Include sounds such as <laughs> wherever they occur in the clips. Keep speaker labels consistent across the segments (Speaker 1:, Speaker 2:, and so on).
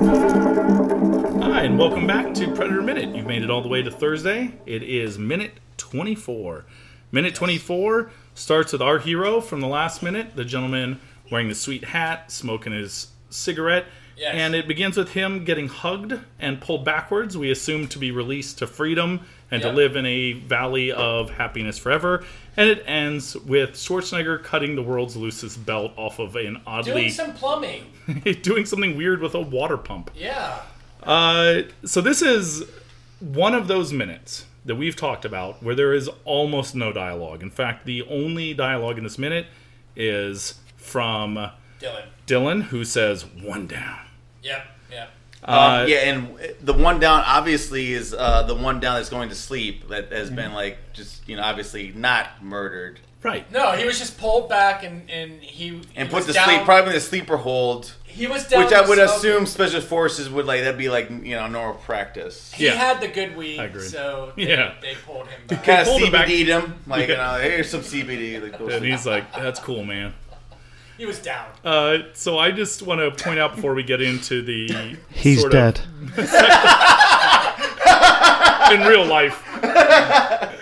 Speaker 1: Hi, and welcome back to Predator Minute. You've made it all the way to Thursday. It is minute 24. Minute 24 starts with our hero from the last minute, the gentleman wearing the sweet hat, smoking his cigarette,
Speaker 2: Yes.
Speaker 1: and it begins with him getting hugged and pulled backwards. We assume to be released to freedom and to
Speaker 2: Yep.
Speaker 1: live in a valley of happiness forever. And it ends with Schwarzenegger cutting the world's loosest belt off of an
Speaker 2: Doing
Speaker 1: oddly
Speaker 2: some plumbing.
Speaker 1: <laughs> doing something weird with a water pump.
Speaker 2: Yeah.
Speaker 1: Uh, so this is one of those minutes that we've talked about where there is almost no dialogue. In fact, the only dialogue in this minute is from
Speaker 2: Dylan.
Speaker 1: Dylan, who says one down.
Speaker 2: Yep. Yep.
Speaker 1: Uh,
Speaker 3: Um, yeah, and the one down obviously is uh, the one down that's going to sleep that has
Speaker 1: Mm-hmm.
Speaker 3: been like just you know obviously not murdered
Speaker 1: Right.
Speaker 2: No, he was just pulled back and and he
Speaker 3: and
Speaker 2: he
Speaker 3: put
Speaker 2: was
Speaker 3: to
Speaker 2: down,
Speaker 3: sleep probably in the sleeper hold,
Speaker 2: He was down.
Speaker 3: which I
Speaker 2: with
Speaker 3: would
Speaker 2: smoking.
Speaker 3: assume special forces would like that'd be like you know normal practice.
Speaker 2: he
Speaker 1: Yeah.
Speaker 2: had the good weed.
Speaker 1: I agree.
Speaker 2: So they,
Speaker 1: Yeah.
Speaker 2: they pulled
Speaker 1: <laughs>
Speaker 2: him back.
Speaker 3: Kind of
Speaker 1: pulled it back.
Speaker 3: CBD'd him like you
Speaker 1: Yeah.
Speaker 3: know here's some CBD like go
Speaker 1: And
Speaker 3: sleep.
Speaker 1: he's like, that's cool, man.
Speaker 2: he was down.
Speaker 1: Uh, so I just want to point out before we get into the
Speaker 4: He's
Speaker 1: sort of-
Speaker 4: dead.
Speaker 1: in real life.
Speaker 2: <laughs>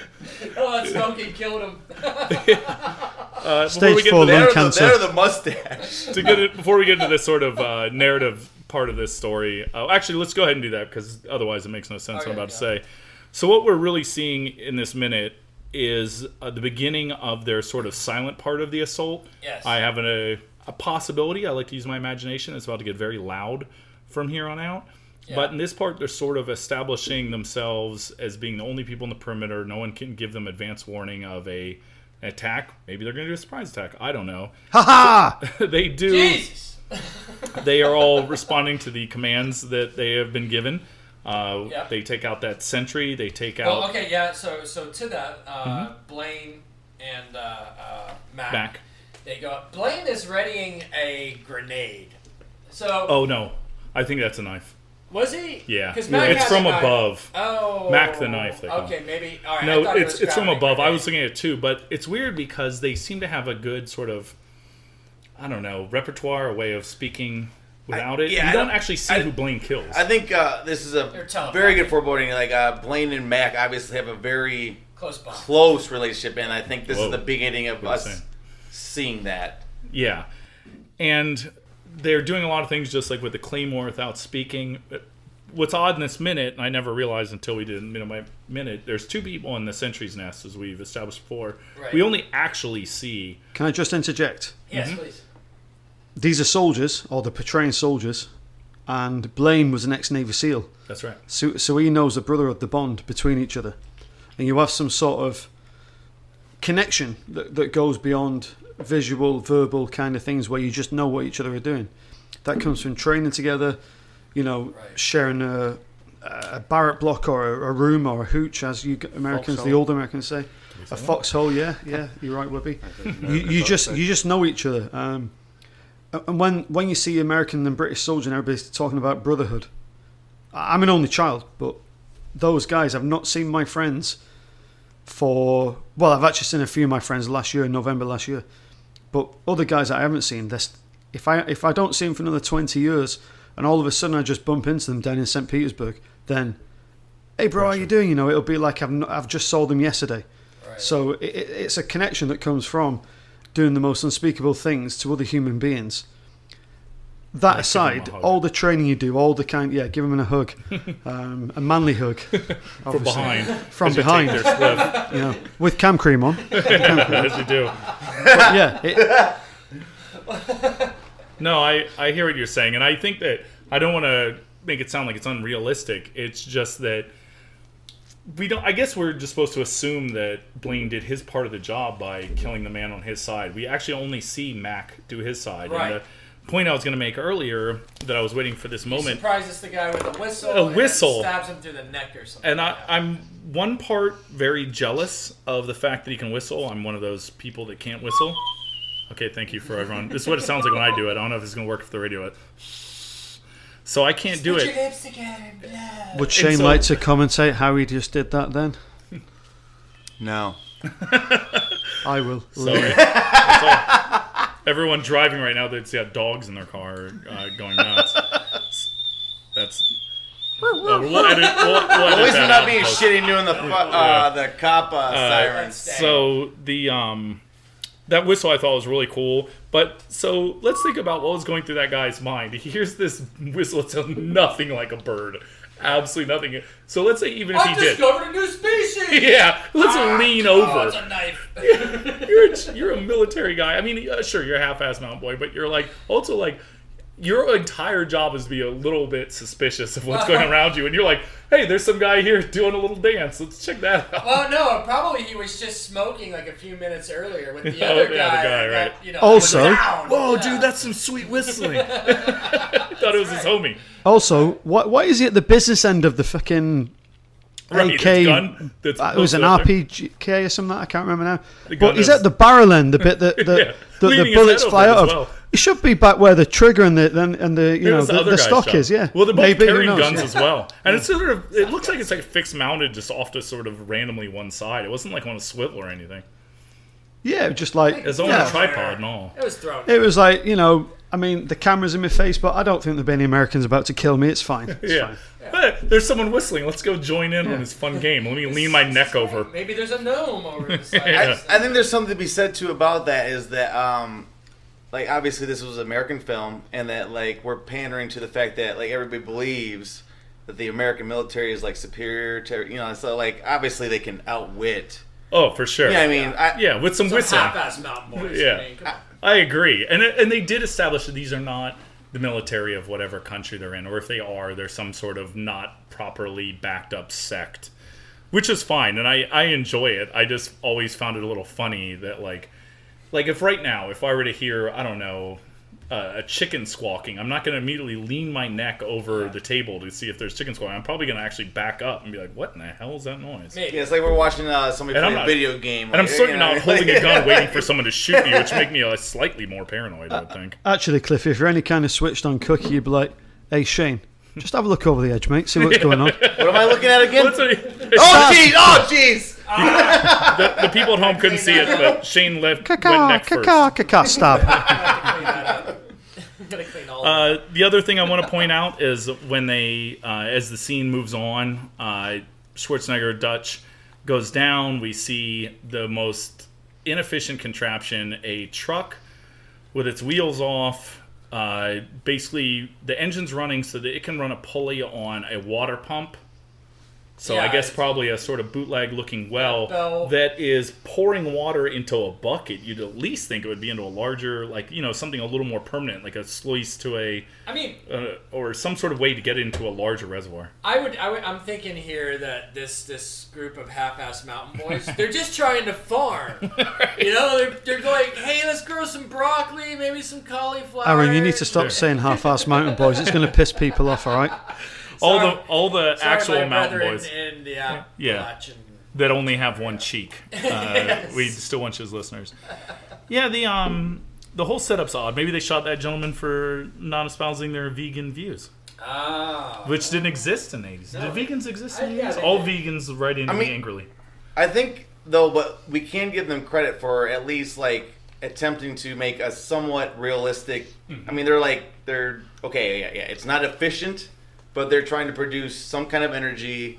Speaker 2: Oh, that smoking killed him. <laughs>
Speaker 1: Uh, before
Speaker 4: Stage
Speaker 1: we get
Speaker 4: four
Speaker 1: to the-
Speaker 4: lung
Speaker 3: Better the,
Speaker 4: cancer.
Speaker 3: better the mustache.
Speaker 1: to get it before we get into this sort of uh, narrative part of this story. Oh, actually, let's go ahead and do that because otherwise it makes no sense.
Speaker 2: Okay,
Speaker 1: what I'm about
Speaker 2: yeah.
Speaker 1: to say. So what we're really seeing in this minute is uh, the beginning of their sort of silent part of the assault.
Speaker 2: Yes.
Speaker 1: I have a, a possibility. I like to use my imagination. It's about to get very loud from here on out. But in this part, they're sort of establishing themselves as being the only people in the perimeter. No one can give them advance warning of a an attack. Maybe they're going to do a surprise attack. I don't know. <laughs>
Speaker 4: Ha ha!
Speaker 1: they do
Speaker 2: Jesus.
Speaker 1: they are all responding to the commands that they have been given. Uh,
Speaker 2: Yep.
Speaker 1: They take out that sentry. They take out
Speaker 2: Well, Oh, okay, yeah. So, so to that, uh, Blaine and uh, uh, Mac,
Speaker 1: Mm-hmm. Mac.
Speaker 2: they go. Blaine is readying a grenade. So,
Speaker 1: Oh no, I think that's a knife.
Speaker 2: was he?
Speaker 1: Yeah.
Speaker 2: because
Speaker 1: Yeah.
Speaker 2: Mac
Speaker 1: It's
Speaker 2: had the
Speaker 1: from
Speaker 2: knife.
Speaker 1: above.
Speaker 2: Oh,
Speaker 1: Mac the knife, they call
Speaker 2: okay, maybe. All right, I
Speaker 1: No,
Speaker 2: thought it
Speaker 1: it's
Speaker 2: was
Speaker 1: it's from
Speaker 2: grabbing a
Speaker 1: above. I
Speaker 2: grenade.
Speaker 1: was looking at it too, but it's weird because they seem to have a good sort of, I don't know, repertoire, a way of speaking without it.
Speaker 3: yeah,
Speaker 1: you
Speaker 3: I
Speaker 1: don't,
Speaker 3: don't-
Speaker 1: actually see
Speaker 3: I-
Speaker 1: who Blaine kills.
Speaker 3: I think uh, this is
Speaker 2: They're
Speaker 3: a
Speaker 2: telepathic.
Speaker 3: very good foreboding. Like uh, Blaine and Mac obviously have a very
Speaker 2: close by.
Speaker 3: close relationship, and I think this
Speaker 1: Whoa.
Speaker 3: is the beginning of
Speaker 1: What are you
Speaker 3: us
Speaker 1: saying?
Speaker 3: seeing that.
Speaker 1: Yeah. And they're doing a lot of things just like with the Claymore without speaking. What's odd in this minute, and I never realized until we did minute by minute, there's two people in the sentry's nest, as we've established before.
Speaker 2: Right.
Speaker 1: We only actually see.
Speaker 4: Can I just interject?
Speaker 2: yes,
Speaker 1: mm-hmm.
Speaker 2: please.
Speaker 4: These are soldiers, or they're portraying soldiers, and Blaine was an ex Navy SEAL.
Speaker 1: That's right.
Speaker 4: So, so he knows the brotherhood, the bond between each other. And you have some sort of connection that, that goes beyond visual, verbal kind of things where you just know what each other are doing. That comes from training together, you know,
Speaker 2: Right.
Speaker 4: sharing a, a barrack block or a, a room or a hooch, as you g- Americans, the
Speaker 3: Foxhole.
Speaker 4: old Americans say. A foxhole, yeah, yeah, you're right, Webby. you, you just you just know each other. Um, and when, when you see American and British soldier and everybody's talking about brotherhood, I- I'm an only child, but those guys, I've not seen my friends for, well, I've actually seen a few of my friends last year, in November last year, but other guys that I haven't seen, this, if I if I don't see them for another 20 years and all of a sudden I just bump into them down in St. Petersburg, then, hey, bro, how you doing? You know, it'll be like I've, not, I've just saw them yesterday.
Speaker 2: Right.
Speaker 4: So it, it- it's a connection that comes from doing the most unspeakable things to other human beings. That
Speaker 1: Like giving 'em a
Speaker 4: aside,
Speaker 1: hug.
Speaker 4: all the training you do, all the kind, yeah, give them a hug, um, a manly
Speaker 1: <laughs>
Speaker 4: hug,
Speaker 1: From behind.
Speaker 4: <laughs> from
Speaker 1: As you take
Speaker 4: behind,
Speaker 1: their slip,
Speaker 4: you know, with cam cream
Speaker 1: <laughs>
Speaker 4: on.
Speaker 1: as you do.
Speaker 4: yeah,
Speaker 1: <laughs>
Speaker 4: it,
Speaker 1: No, I, I hear what you're saying, and I think that I don't want to make it sound like it's unrealistic. It's just that we don't. I guess we're just supposed to assume that Blaine did his part of the job by killing the man on his side. We actually only see Mac do his side. And
Speaker 2: Right.
Speaker 1: the point I was going to make earlier that I was waiting for this moment
Speaker 2: Surprises the guy with a whistle.
Speaker 1: A
Speaker 2: and
Speaker 1: whistle.
Speaker 2: stabs him through the neck or something.
Speaker 1: and I,
Speaker 2: yeah.
Speaker 1: I'm one part very jealous of the fact that he can whistle. I'm one of those people that can't whistle. Okay, thank you for everyone. This is what it sounds like when I do it. I don't know if it's going to work for the radio. So I can't do
Speaker 2: Put
Speaker 1: it.
Speaker 2: your lips together. Blah.
Speaker 4: Would Shane
Speaker 1: so-
Speaker 4: like to commentate how he just did that then?
Speaker 3: No.
Speaker 4: I will.
Speaker 1: So, it's all- everyone driving right now, they'd see have dogs in their car uh, going nuts. That's. Oh, we'll edit, we'll, we'll edit
Speaker 3: At least
Speaker 1: that
Speaker 3: we're not
Speaker 1: out
Speaker 3: being
Speaker 1: post.
Speaker 3: shitty doing the fu- uh, the cop uh, sirens.
Speaker 1: So the um, that whistle I thought was really cool. But so let's think about what was going through that guy's mind. He hears this whistle that sounds nothing like a bird, absolutely nothing. So let's say even if
Speaker 2: I
Speaker 1: he did,
Speaker 2: discovered a new
Speaker 1: <laughs>
Speaker 2: species.
Speaker 1: yeah, let's lean
Speaker 2: Oh,
Speaker 1: over.
Speaker 2: it's
Speaker 1: <laughs>
Speaker 2: a knife.
Speaker 1: you're a, you're a military guy. I mean, uh, sure, you're a half-ass mountain boy, but you're like also like your entire job is to be a little bit suspicious of what's going around you, and you're like, hey, there's some guy here doing a little dance. Let's check that out.
Speaker 2: well, Oh, no, probably he was just smoking like a few minutes earlier with
Speaker 1: <laughs>
Speaker 2: the
Speaker 1: Oh,
Speaker 2: other guy.
Speaker 1: the other guy,
Speaker 2: that,
Speaker 1: right.
Speaker 2: You know,
Speaker 4: Also-
Speaker 2: was down. Yeah.
Speaker 1: that's some sweet whistling. I <laughs> thought it was his homie.
Speaker 4: Also, why, why is he at the business end of the fucking
Speaker 1: Right,
Speaker 4: AK?
Speaker 1: that's gun. That's
Speaker 4: Uh, it was an
Speaker 1: posted up there.
Speaker 4: RPGK or something. I can't remember now.
Speaker 1: gun
Speaker 4: but he's
Speaker 1: is-
Speaker 4: at the barrel end, the bit that
Speaker 1: <laughs>
Speaker 4: the,
Speaker 1: Yeah,
Speaker 4: that
Speaker 1: leaving
Speaker 4: the
Speaker 1: his
Speaker 4: bullets
Speaker 1: head
Speaker 4: fly
Speaker 1: open
Speaker 4: out of.
Speaker 1: as well.
Speaker 4: It should be back where the trigger and the and, and the you
Speaker 1: It
Speaker 4: know
Speaker 1: was
Speaker 4: the,
Speaker 1: other
Speaker 4: the
Speaker 1: guy's
Speaker 4: stock
Speaker 1: job.
Speaker 4: is. Yeah.
Speaker 1: Well, they're both
Speaker 4: Maybe, who
Speaker 1: carrying
Speaker 4: knows,
Speaker 1: guns
Speaker 4: yeah.
Speaker 1: as well,
Speaker 4: <laughs>
Speaker 1: and it's sort of it looks like it's like fixed mounted just off to sort of randomly one side. It wasn't like on a swivel or anything.
Speaker 4: Yeah, just like
Speaker 1: It's on
Speaker 4: yeah.
Speaker 1: a tripod and all.
Speaker 2: It was thrown.
Speaker 4: it was like you know. I mean, the camera's in my face, but I don't think there'll be any Americans about to kill me. It's fine. It's
Speaker 1: Yeah.
Speaker 4: fine.
Speaker 1: Hey, there's someone whistling. Let's go join in on this fun game. Let me lean my neck over.
Speaker 2: Maybe there's a gnome
Speaker 1: <laughs>
Speaker 2: over the side.
Speaker 1: Yeah.
Speaker 2: It's-
Speaker 3: I, I think there's something to be said too about that is that um like obviously this was an American film and that like we're pandering to the fact that like everybody believes that the American military is like superior to you know so like obviously they can outwit
Speaker 1: Oh, for sure.
Speaker 3: yeah I mean I,
Speaker 1: Yeah, with some
Speaker 2: Some
Speaker 1: whistling.
Speaker 2: half-ass mountain boys.
Speaker 1: Yeah.
Speaker 2: I mean, come on.
Speaker 1: I agree, and and they did establish that these are not the military of whatever country they're in, or if they are, they're some sort of not properly backed up sect, which is fine, and I I enjoy it. I just always found it a little funny that like, like if right now if I were to hear I don't know. Uh, a chicken squawking. I'm not going to immediately lean my neck over the table to see if there's chicken squawking. I'm probably going to actually back up and be like, "What in the hell is that noise?"
Speaker 2: Maybe.
Speaker 3: yeah, it's like we're watching uh, somebody
Speaker 1: And
Speaker 3: play
Speaker 1: I'm
Speaker 3: a
Speaker 1: not-
Speaker 3: video game
Speaker 1: And I'm
Speaker 3: like,
Speaker 1: certainly
Speaker 3: you know,
Speaker 1: not holding a gun waiting for someone to shoot me, which make me uh, slightly more paranoid. I would think.
Speaker 4: Actually, Cliff, if you're any kind of switched on cookie, you'd be like, "Hey, Shane, just have a look over the edge, mate. See what's
Speaker 1: <laughs>
Speaker 4: going on."
Speaker 3: <laughs> what am I looking at again
Speaker 1: That's what he-
Speaker 3: oh jeez oh jeez
Speaker 1: the, the people at home couldn't see it, but Shane left went
Speaker 4: Caca,
Speaker 1: neck first.
Speaker 4: caca, caca. Stop.
Speaker 2: I'm gonna clean all of
Speaker 1: Uh, the other thing I want to point out is when they, uh, as the scene moves on, uh, Schwarzenegger Dutch goes down. We see the most inefficient contraption: a truck with its wheels off. Uh, basically, the engine's running so that it can run a pulley on a water pump. So I
Speaker 2: Yeah,
Speaker 1: guess
Speaker 2: it's-
Speaker 1: probably a sort of bootleg-looking
Speaker 2: Bell.
Speaker 1: well that is pouring water into a bucket. You'd at least think it would be into a larger, like you know, something a little more permanent, like a sluice to a
Speaker 2: I mean,
Speaker 1: uh, or some sort of way to get into a larger reservoir.
Speaker 2: I would, I would. I'm thinking here that this this group of half-ass mountain
Speaker 1: <laughs>
Speaker 2: boys, they're just trying to farm. You know, they're, they're going, hey, let's grow some broccoli, maybe some cauliflower.
Speaker 4: Aaron, you need to stop saying half-ass mountain boys. It's going to piss people off. All right.
Speaker 1: all
Speaker 2: Sorry.
Speaker 1: the all the
Speaker 2: Sorry, my
Speaker 1: actual mountain
Speaker 2: brethren
Speaker 1: boys
Speaker 2: In the Appalachian.
Speaker 1: Yeah. that only have one
Speaker 2: <laughs>
Speaker 1: cheek. Uh, We still want you as listeners. Yeah, the um the whole setup's odd. Maybe they shot that gentleman for not espousing their vegan views,
Speaker 2: Oh.
Speaker 1: which didn't exist in the eighties.
Speaker 2: No.
Speaker 1: Did vegans exist in
Speaker 2: I-
Speaker 1: the
Speaker 2: yeah,
Speaker 1: eighties?
Speaker 2: they
Speaker 1: all
Speaker 2: did.
Speaker 1: vegans right in
Speaker 3: I mean-
Speaker 1: angrily.
Speaker 3: I think though, but we can give them credit for at least like attempting to make a somewhat realistic. I mean, they're like they're okay. Yeah, yeah. It's not efficient, but they're trying to produce some kind of energy,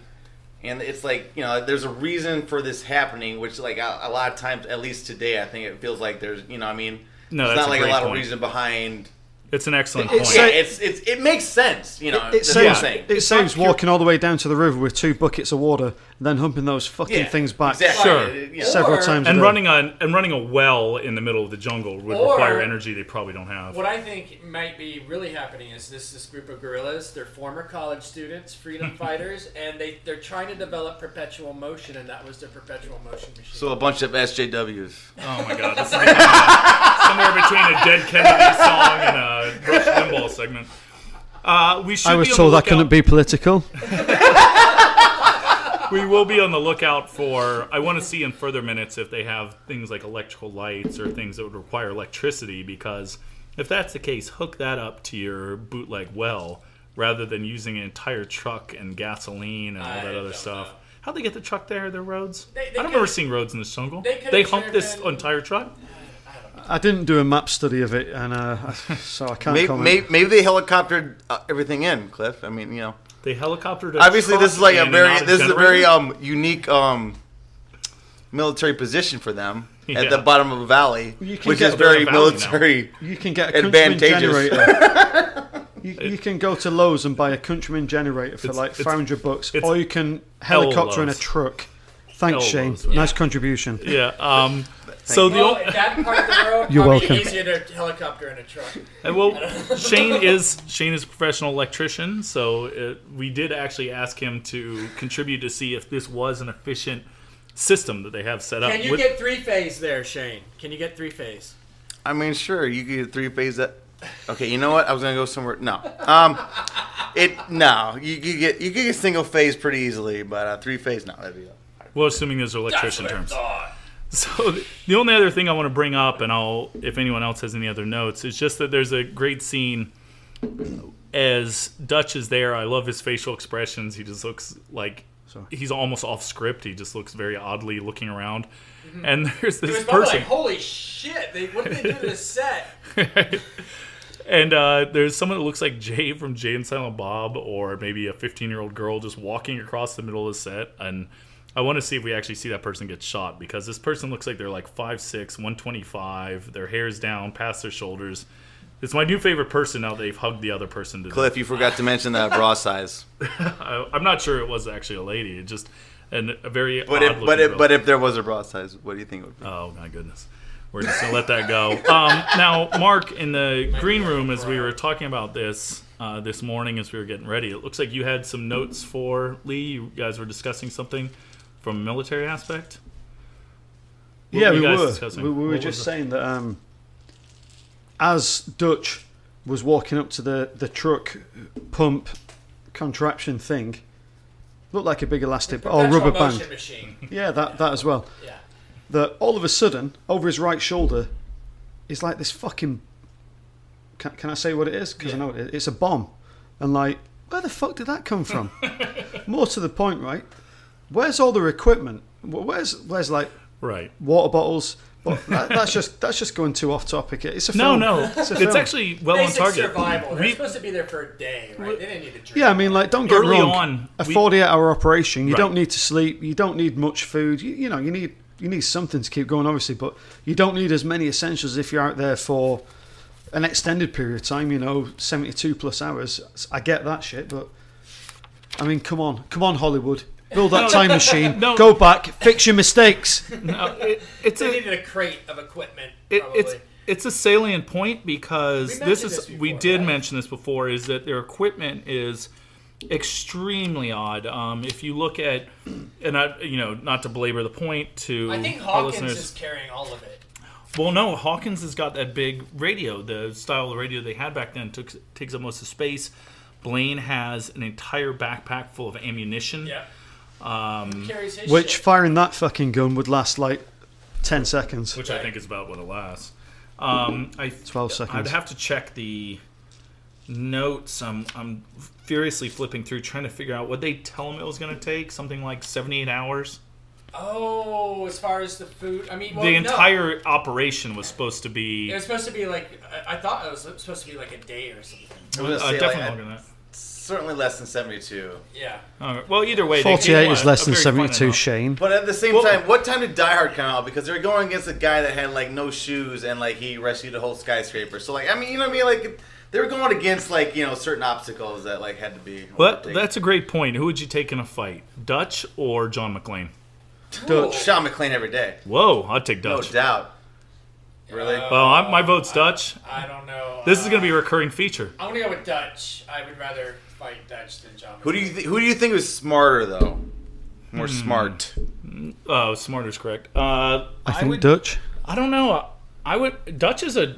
Speaker 3: and it's like you know, there's a reason for this happening. Which like a, a lot of times, at least today, I think it feels like there's you know, I mean,
Speaker 1: No,
Speaker 3: it's
Speaker 1: that's
Speaker 3: not
Speaker 1: a
Speaker 3: like
Speaker 1: great
Speaker 3: a lot of
Speaker 1: point.
Speaker 3: reason behind.
Speaker 1: It's an excellent
Speaker 4: It's
Speaker 1: point.
Speaker 3: Yeah,
Speaker 4: So-
Speaker 3: it's it's it makes sense. You know,
Speaker 4: It
Speaker 3: Uh, that's what I'm
Speaker 4: saves,
Speaker 3: saying.
Speaker 4: it saves walking all the way down to the river with two buckets of water and then humping those fucking
Speaker 3: Yeah,
Speaker 4: things back
Speaker 3: exactly.
Speaker 1: Sure.
Speaker 3: Yeah.
Speaker 4: several
Speaker 2: Or-
Speaker 4: times. a
Speaker 1: and
Speaker 4: day.
Speaker 1: running a and running a well in the middle of the jungle would
Speaker 2: Or-
Speaker 1: require energy they probably don't have.
Speaker 2: What I think might be really happening is this this group of gorillas, they're former college students, freedom fighters, and they, they're trying to develop perpetual motion, and that was their perpetual motion machine.
Speaker 3: So a bunch of SJWs.
Speaker 1: Oh my god, this is becoming somewhere between a Dead Kennedy song and a Rush Limbaugh segment. Uh, we should
Speaker 4: I was
Speaker 1: be on
Speaker 4: told
Speaker 1: the
Speaker 4: I couldn't
Speaker 1: lookout-
Speaker 4: be political.
Speaker 1: We will be on the lookout for. I want to see in further minutes if they have things like electrical lights or things that would require electricity, because if that's the case, hook that up to your bootleg well rather than using an entire truck and gasoline and all
Speaker 2: I
Speaker 1: that other
Speaker 2: don't
Speaker 1: stuff.
Speaker 2: know.
Speaker 1: How'd they get the truck there? Their roads?
Speaker 2: They- they
Speaker 1: I don't
Speaker 2: could've-
Speaker 1: remember seeing roads in this jungle.
Speaker 2: they
Speaker 1: They,
Speaker 2: could've
Speaker 1: humped this
Speaker 2: driven-
Speaker 1: entire truck.
Speaker 4: I didn't do a map study of it, and uh, <laughs> so I can't
Speaker 3: Maybe,
Speaker 4: comment.
Speaker 3: maybe, maybe they helicoptered uh, everything in, Cliff. I mean, you know.
Speaker 1: They helicoptered. A
Speaker 3: Obviously,
Speaker 1: truck
Speaker 3: this is like a
Speaker 1: and
Speaker 3: very
Speaker 1: not
Speaker 3: this is a
Speaker 1: generator.
Speaker 3: very um unique um military position for them at
Speaker 1: Yeah.
Speaker 3: the bottom of a valley,
Speaker 4: You can
Speaker 3: which
Speaker 4: get-
Speaker 1: There's
Speaker 3: is
Speaker 1: a valley
Speaker 3: very
Speaker 1: now.
Speaker 3: military.
Speaker 4: You can get a countryman
Speaker 3: Advantageous.
Speaker 4: generator. you, you can go to Lowe's and buy a countryman generator for
Speaker 1: It's-
Speaker 4: like
Speaker 1: it's-
Speaker 4: 500 bucks,
Speaker 1: it's
Speaker 4: or you can
Speaker 1: hell
Speaker 4: helicopter in a
Speaker 1: Lowe's.
Speaker 4: truck. Thanks,
Speaker 1: Hell
Speaker 4: Shane.
Speaker 1: Lowe's, yeah.
Speaker 4: Nice contribution.
Speaker 1: Yeah. Um, so the o-
Speaker 2: Well, at that part of the road,
Speaker 4: You're
Speaker 2: probably
Speaker 4: welcome.
Speaker 2: easier to helicopter in a truck.
Speaker 1: And Uh, well, Shane is Shane is a professional electrician, so uh we did actually ask him to contribute to see if this was an efficient system that they have set up.
Speaker 2: Can you
Speaker 1: with-
Speaker 2: get three phase there, Shane? Can you get three phase?
Speaker 3: I mean, sure, you could get three phase that. Okay, you know what? I was gonna go somewhere. No, um, it no. You could get you could get single phase pretty easily, but uh, three phase no. That'd be
Speaker 1: well, assuming those are electrician
Speaker 2: That's what I
Speaker 1: terms.
Speaker 2: thought.
Speaker 1: So th- the only other thing I want to bring up, and I'll if anyone else has any other notes, is just that there's a great scene as Dutch is there. I love his facial expressions. He just looks like
Speaker 4: Sorry.
Speaker 1: he's almost off script. He just looks very oddly looking around, and <laughs> there's this
Speaker 2: It Mm-hmm. was probably
Speaker 1: person.
Speaker 2: like, holy shit! They, what did they do to this set?
Speaker 1: And uh, there's someone that looks like Jay from Jay and Silent Bob, or maybe a 15 year old girl just walking across the middle of the set. And I want to see if we actually see that person get shot because this person looks like they're like 5'6, 125. Their hair's down past their shoulders. It's my new favorite person now that they've hugged the other person to death.
Speaker 3: Cliff, you forgot to mention the bra size.
Speaker 1: I, I'm not sure it was actually a lady. It just an, a very
Speaker 3: <laughs> But if but if but if there was a bra size, what do you think it would be?
Speaker 1: Oh my goodness. We're just gonna let that go. Um, now, Mark, in the green room, as we were talking about this uh, this morning, as we were getting ready, it looks like you had some notes for Lee. You guys were discussing something from a military aspect. What
Speaker 4: yeah,
Speaker 1: were
Speaker 4: we
Speaker 1: you guys
Speaker 4: were.
Speaker 1: discussing?
Speaker 4: We, we
Speaker 1: What
Speaker 4: were
Speaker 1: was
Speaker 4: just
Speaker 1: it?
Speaker 4: saying that um, as Dutch was walking up to the, the truck pump contraption thing, looked like a big elastic or
Speaker 2: Perpetual
Speaker 4: rubber
Speaker 2: motion
Speaker 4: band.
Speaker 2: machine.
Speaker 4: Yeah, that, that as well.
Speaker 2: Yeah.
Speaker 4: that all of a sudden, over his right shoulder, is like this fucking. Can, can I say what it is? Because I know what it is. It's a bomb. And like, where the fuck did that
Speaker 1: <laughs>
Speaker 4: come from? More to the point, right? Where's all the equipment? Wh- Where's where's like
Speaker 1: Right.
Speaker 4: water bottles? But that, that's just that's just going too off topic. It's a
Speaker 1: No,
Speaker 4: film.
Speaker 1: no,
Speaker 4: It's
Speaker 1: it's,
Speaker 4: a film.
Speaker 1: actually well
Speaker 2: Basic
Speaker 1: on target.
Speaker 2: survival. They're
Speaker 1: We-
Speaker 2: supposed to be there for a day, right? They didn't need to drink.
Speaker 4: Yeah, I mean, like, don't get
Speaker 1: Early
Speaker 4: wrong.
Speaker 1: on,
Speaker 4: a
Speaker 1: we-
Speaker 4: forty-hour operation. You don't
Speaker 1: Right.
Speaker 4: need to sleep. You don't need much food. You, you know, you need you need something to keep going, obviously, but you don't need as many essentials if you're out there for an extended period of time. You know, seventy-two plus hours. I get that shit, but I mean, come on, come on, Hollywood, build that time
Speaker 1: <laughs>
Speaker 4: machine.
Speaker 1: no.
Speaker 4: Go back, fix your
Speaker 1: <laughs>
Speaker 4: mistakes.
Speaker 1: no, it- it's
Speaker 2: They
Speaker 1: a
Speaker 2: needed a crate of equipment.
Speaker 1: it,
Speaker 2: probably.
Speaker 1: it's it's a salient point because
Speaker 2: We
Speaker 1: this
Speaker 2: mentioned
Speaker 1: is
Speaker 2: this
Speaker 1: we
Speaker 2: before,
Speaker 1: did
Speaker 2: right?
Speaker 1: mention this before is that their equipment is extremely odd. Um, if you look at and I you know not to belabor the point to
Speaker 2: I think
Speaker 1: our
Speaker 2: Hawkins
Speaker 1: listeners.
Speaker 2: is carrying all of it.
Speaker 1: well, no, Hawkins has got that big radio. The style of radio they had back then took, takes up most of the space. Blaine has an entire backpack full of ammunition.
Speaker 2: Yeah. Um, carries his
Speaker 4: Which
Speaker 2: shit.
Speaker 4: firing that fucking gun would last like ten seconds.
Speaker 1: which I think is about what it lasts. Um, I
Speaker 4: 12 seconds.
Speaker 1: I'd have to check the notes. I'm I'm furiously flipping through trying to figure out what they tell him it was going to take. Something like 78 hours.
Speaker 2: Oh, as far as the food, I mean, well,
Speaker 1: the
Speaker 2: no.
Speaker 1: entire operation was supposed to be
Speaker 2: It was supposed to be like I, I thought it was supposed to be like a day or something.
Speaker 3: I
Speaker 1: uh,
Speaker 3: was gonna say,
Speaker 1: definitely
Speaker 3: like,
Speaker 1: longer than that.
Speaker 3: certainly less than seventy-two.
Speaker 1: <laughs>
Speaker 2: Yeah.
Speaker 1: All right. Well, either way, they gave
Speaker 4: Forty-eight
Speaker 1: him
Speaker 4: is
Speaker 1: a-
Speaker 4: less
Speaker 1: a
Speaker 4: than
Speaker 1: very fine
Speaker 4: seventy-two.
Speaker 1: amount.
Speaker 4: Shane.
Speaker 3: But at the same
Speaker 1: Well-
Speaker 3: time, what time did Die Hard come out? Because they're going against a guy that had like no shoes and like he rescued a whole skyscraper. So like I mean, you know what I mean? Like they were going against like you know certain obstacles that like had to be.
Speaker 1: But
Speaker 3: overtaken.
Speaker 1: that's a great point. Who would you take in a fight, Dutch or John McClane?
Speaker 4: Dutch.
Speaker 3: Sean McClain every day,
Speaker 1: Whoa, I'd take
Speaker 3: no
Speaker 1: Dutch.
Speaker 3: doubt. Really?
Speaker 1: well, I, my vote's Dutch.
Speaker 2: Uh, I don't know.
Speaker 1: This
Speaker 2: uh,
Speaker 1: is going to be a recurring feature.
Speaker 2: I'm gonna go with Dutch. I would rather fight Dutch than John.
Speaker 3: who do you th- who do you think was smarter though? More
Speaker 1: Hmm.
Speaker 3: smart.
Speaker 1: Oh, smarter's correct. Uh,
Speaker 4: I think
Speaker 1: would-
Speaker 4: Dutch.
Speaker 1: I don't know. I would. Dutch is a.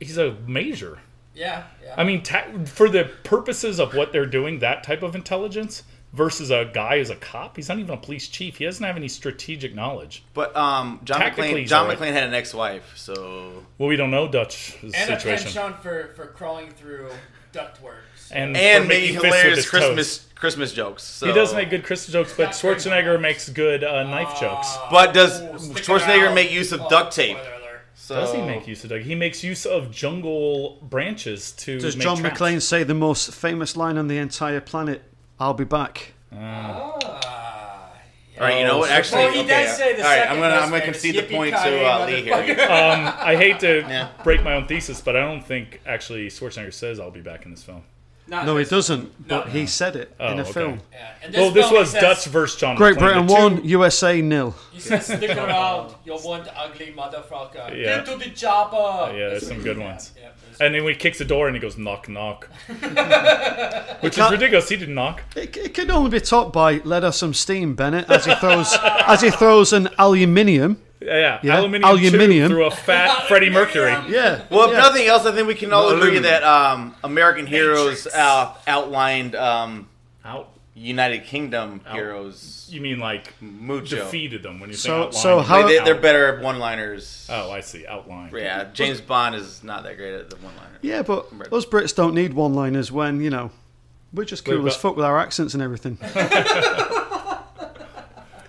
Speaker 1: He's a major.
Speaker 2: Yeah. Yeah.
Speaker 1: I mean, ta- for the purposes of what they're doing, that type of intelligence, versus a guy who's a cop. He's not even a police chief. He doesn't have any strategic knowledge.
Speaker 3: But um, John
Speaker 1: Tactically,
Speaker 3: McClane.
Speaker 1: he's
Speaker 3: John
Speaker 1: alright.
Speaker 3: McClane had an ex-wife, so
Speaker 1: Well, we don't know Dutch's
Speaker 2: and a
Speaker 1: situation.
Speaker 2: penchant for, for crawling through ductworks.
Speaker 1: And,
Speaker 3: and
Speaker 1: for
Speaker 3: making
Speaker 1: making fists with
Speaker 3: hilarious
Speaker 1: his toes.
Speaker 3: Christmas Christmas jokes. So.
Speaker 1: He does make good Christmas jokes, but
Speaker 2: Not very
Speaker 1: Schwarzenegger
Speaker 2: much.
Speaker 1: makes good uh, knife jokes.
Speaker 3: But does
Speaker 2: Ooh, Oh, stick it
Speaker 3: Schwarzenegger
Speaker 2: out.
Speaker 3: make use of
Speaker 2: Oh,
Speaker 3: duct tape?
Speaker 2: spoiler alert.
Speaker 3: So,
Speaker 1: Does he make use of Doug? He makes use of jungle branches to.
Speaker 4: Does
Speaker 1: make
Speaker 4: John
Speaker 1: traps.
Speaker 4: McClane say the most famous line on the entire planet? I'll be back.
Speaker 2: Ah.
Speaker 3: All right, you know what?
Speaker 1: Oh,
Speaker 3: Actually,
Speaker 2: well, he
Speaker 3: okay,
Speaker 2: does say the
Speaker 3: all right,
Speaker 2: second
Speaker 3: I'm gonna
Speaker 2: most
Speaker 3: I'm gonna
Speaker 2: famous,
Speaker 3: concede the point to
Speaker 2: yippee-ki-yay
Speaker 3: uh, Lee here.
Speaker 2: motherfucker.
Speaker 1: Um, I hate to
Speaker 3: Yeah.
Speaker 1: break my own thesis, but I don't think actually Schwarzenegger says I'll be back in this film.
Speaker 2: Not
Speaker 4: No, he
Speaker 2: this-
Speaker 4: doesn't.
Speaker 2: No.
Speaker 4: But he said it
Speaker 1: Uh, Oh,
Speaker 4: in a
Speaker 1: okay.
Speaker 4: film.
Speaker 2: Yeah. And
Speaker 1: well, this
Speaker 2: film, he
Speaker 1: was
Speaker 2: says,
Speaker 1: Dutch versus John.
Speaker 4: Great
Speaker 1: McClane,
Speaker 4: Britain
Speaker 1: the two-
Speaker 4: won, USA nil.
Speaker 2: You said stick around. You want ugly motherfucker.
Speaker 1: Yeah.
Speaker 2: Get to the chopper.
Speaker 1: Yeah, there's
Speaker 2: That's
Speaker 1: some
Speaker 2: what
Speaker 1: good
Speaker 2: he- yeah,
Speaker 1: ones.
Speaker 2: yeah, there's-
Speaker 1: And then he kicks the door and he goes knock knock, which is ridiculous. He didn't knock.
Speaker 4: It, it could only be topped by "Let us some steam, Bennett," as he throws <laughs> as he throws an aluminium.
Speaker 1: Yeah,
Speaker 4: Yeah.
Speaker 1: aluminium,
Speaker 4: Aluminium.
Speaker 1: tube through a
Speaker 3: <laughs>
Speaker 1: fat Freddie Mercury.
Speaker 4: Yeah.
Speaker 3: Well, if
Speaker 4: yeah.
Speaker 3: nothing else, I think we can all agree
Speaker 4: Balloon.
Speaker 3: that um, American heroes uh, outlined um,
Speaker 1: Out.
Speaker 3: United Kingdom heroes
Speaker 1: You mean like
Speaker 3: mucho.
Speaker 1: defeated them when you
Speaker 4: So-
Speaker 1: think outline.
Speaker 4: so how-
Speaker 3: Like, they, they're better at one-liners.
Speaker 1: Oh, I see. Outline.
Speaker 3: Yeah, James Bond is not that great at the one-liner.
Speaker 4: Yeah, but us Brits don't need one-liners when you know we're just cool
Speaker 1: Wait,
Speaker 4: as
Speaker 1: but-
Speaker 4: fuck with our accents
Speaker 1: <laughs>
Speaker 4: and everything.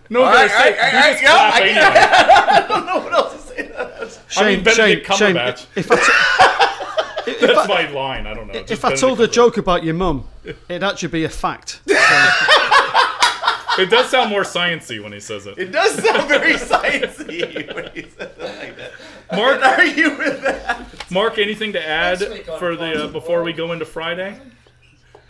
Speaker 1: No,
Speaker 3: All
Speaker 1: but I
Speaker 3: right,
Speaker 1: said-
Speaker 3: all right, all
Speaker 1: you
Speaker 3: right,
Speaker 1: just
Speaker 3: yeah,
Speaker 1: clap
Speaker 3: I-
Speaker 1: anyway.
Speaker 3: <laughs> know what else to say.
Speaker 4: Shame,
Speaker 1: mean, Benedict
Speaker 4: shame, shame.
Speaker 1: Cumberbatch.
Speaker 4: If
Speaker 1: <laughs>
Speaker 4: I, t- if
Speaker 1: That's
Speaker 4: I-
Speaker 1: my line. I don't know.
Speaker 4: if
Speaker 1: Just
Speaker 4: I told a
Speaker 1: Benedict
Speaker 4: joke about your mum, it'd actually be a fact.
Speaker 1: Cumberbatch. it does sound more sciency when he says
Speaker 3: <laughs>
Speaker 1: it.
Speaker 3: It does sound very sciencey when you said it like that.
Speaker 1: Mark,
Speaker 3: Are you with that?
Speaker 1: Mark, anything to add
Speaker 2: Next week on
Speaker 1: for the uh,
Speaker 2: Fox
Speaker 1: before we go into Friday?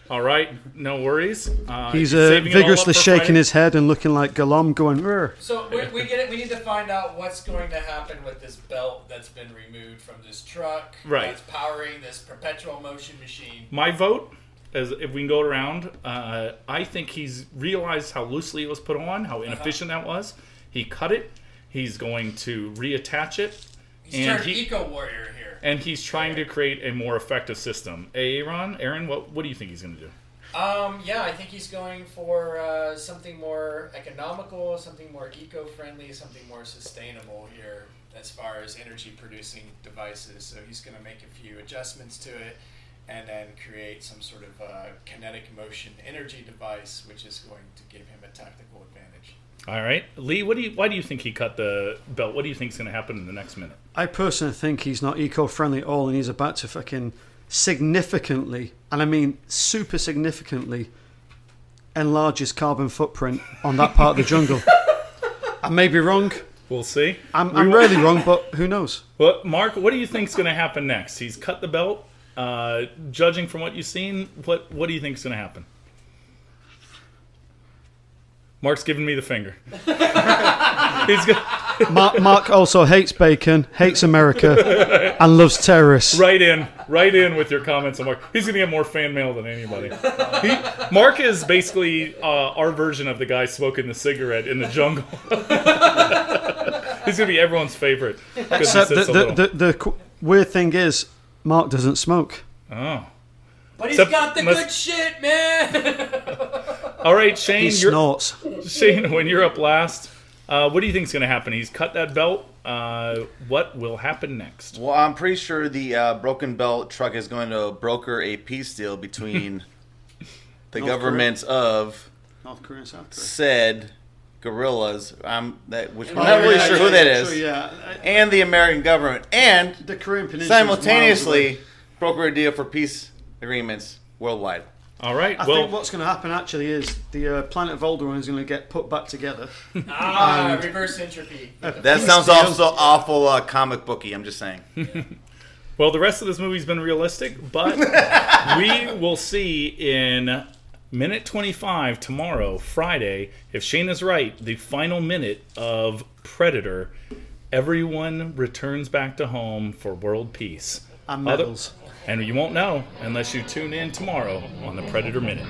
Speaker 1: All right, no worries. Uh,
Speaker 4: He's
Speaker 1: saving it
Speaker 4: uh,
Speaker 1: all up
Speaker 4: vigorously
Speaker 1: for
Speaker 4: shaking
Speaker 1: Friday.
Speaker 4: his head and looking like Galam, going, "Rrr."
Speaker 2: So we, we get it. We need to find out what's going to happen with this belt that's been removed from this truck.
Speaker 1: Right.
Speaker 2: That's powering this perpetual motion machine.
Speaker 1: My vote, as if we can go around, uh, I think he's realized how loosely it was put on, how inefficient that was. He cut it. He's going to reattach it,
Speaker 2: He's
Speaker 1: and
Speaker 2: turned
Speaker 1: he
Speaker 2: eco warrior here.
Speaker 1: and he's trying to create a more effective system. Aaron, Aaron, what what do you think he's going to do?
Speaker 2: Um, yeah, I think he's going for uh, something more economical, something more eco-friendly, something more sustainable here as far as energy-producing devices. So he's going to make a few adjustments to it, and then create some sort of uh, kinetic motion energy device, which is going to give him a tactical advantage.
Speaker 1: All right, Lee, what do you why do you think he cut the belt? What do you think is going to happen in the next minute?
Speaker 4: I personally think he's not eco-friendly at all, and he's about to fucking significantly, and I mean super significantly, enlarge his carbon footprint on that part of the jungle. I may be wrong.
Speaker 1: We'll see.
Speaker 4: I'm, I'm rarely wrong, but who knows?
Speaker 1: Well, Mark, what do you think's going to happen next? He's cut the belt. Uh, judging from what you've seen, what what do you think's going to happen? Mark's giving me the finger. He's go-
Speaker 4: Mark, Mark also hates bacon, hates America, and loves terrorists.
Speaker 1: right in, right in with your comments on Mark. He's going to get more fan mail than anybody. He, Mark is basically uh, our version of the guy smoking the cigarette in the jungle. <laughs> He's going to be everyone's favorite. 'cause he
Speaker 4: Except the,
Speaker 1: says so little.
Speaker 4: the, the, the qu- weird thing is, Mark doesn't smoke.
Speaker 1: oh.
Speaker 2: But he's
Speaker 1: Except-
Speaker 2: got the
Speaker 1: must-
Speaker 2: good shit, man. <laughs>
Speaker 1: All right, Shane,
Speaker 4: He
Speaker 1: you're,
Speaker 4: snorts.
Speaker 1: Shane, when you're up last, uh, what do you think's going to happen? He's cut that belt. Uh, what will happen next?
Speaker 3: Well, I'm pretty sure the uh, broken belt truck is going to broker a peace deal between
Speaker 4: <laughs>
Speaker 3: the
Speaker 4: North Korea.
Speaker 3: governments of
Speaker 4: North Korea and South Korea.
Speaker 3: said gorillas. I'm that, which I'm not really sure who that is, and the American government, and
Speaker 4: The Korean Peninsula.
Speaker 3: simultaneously broker a deal for peace agreements worldwide.
Speaker 1: All right.
Speaker 4: I
Speaker 1: well,
Speaker 4: think what's going to happen actually is the uh, planet of Alderaan is going to get put back together.
Speaker 2: ah, reverse entropy.
Speaker 3: That
Speaker 4: Uh, Peace
Speaker 3: sounds
Speaker 4: deal.
Speaker 3: also awful uh, comic booky. I'm just saying.
Speaker 1: well, the rest of this movie's been realistic,
Speaker 4: <laughs>
Speaker 1: but we will see in minute 25 tomorrow, Friday, if Shane is right, the final minute of Predator. Everyone returns back to home for world peace.
Speaker 4: And
Speaker 1: Other-
Speaker 4: medals.
Speaker 1: and you won't know unless you tune in tomorrow on the Predator Minute.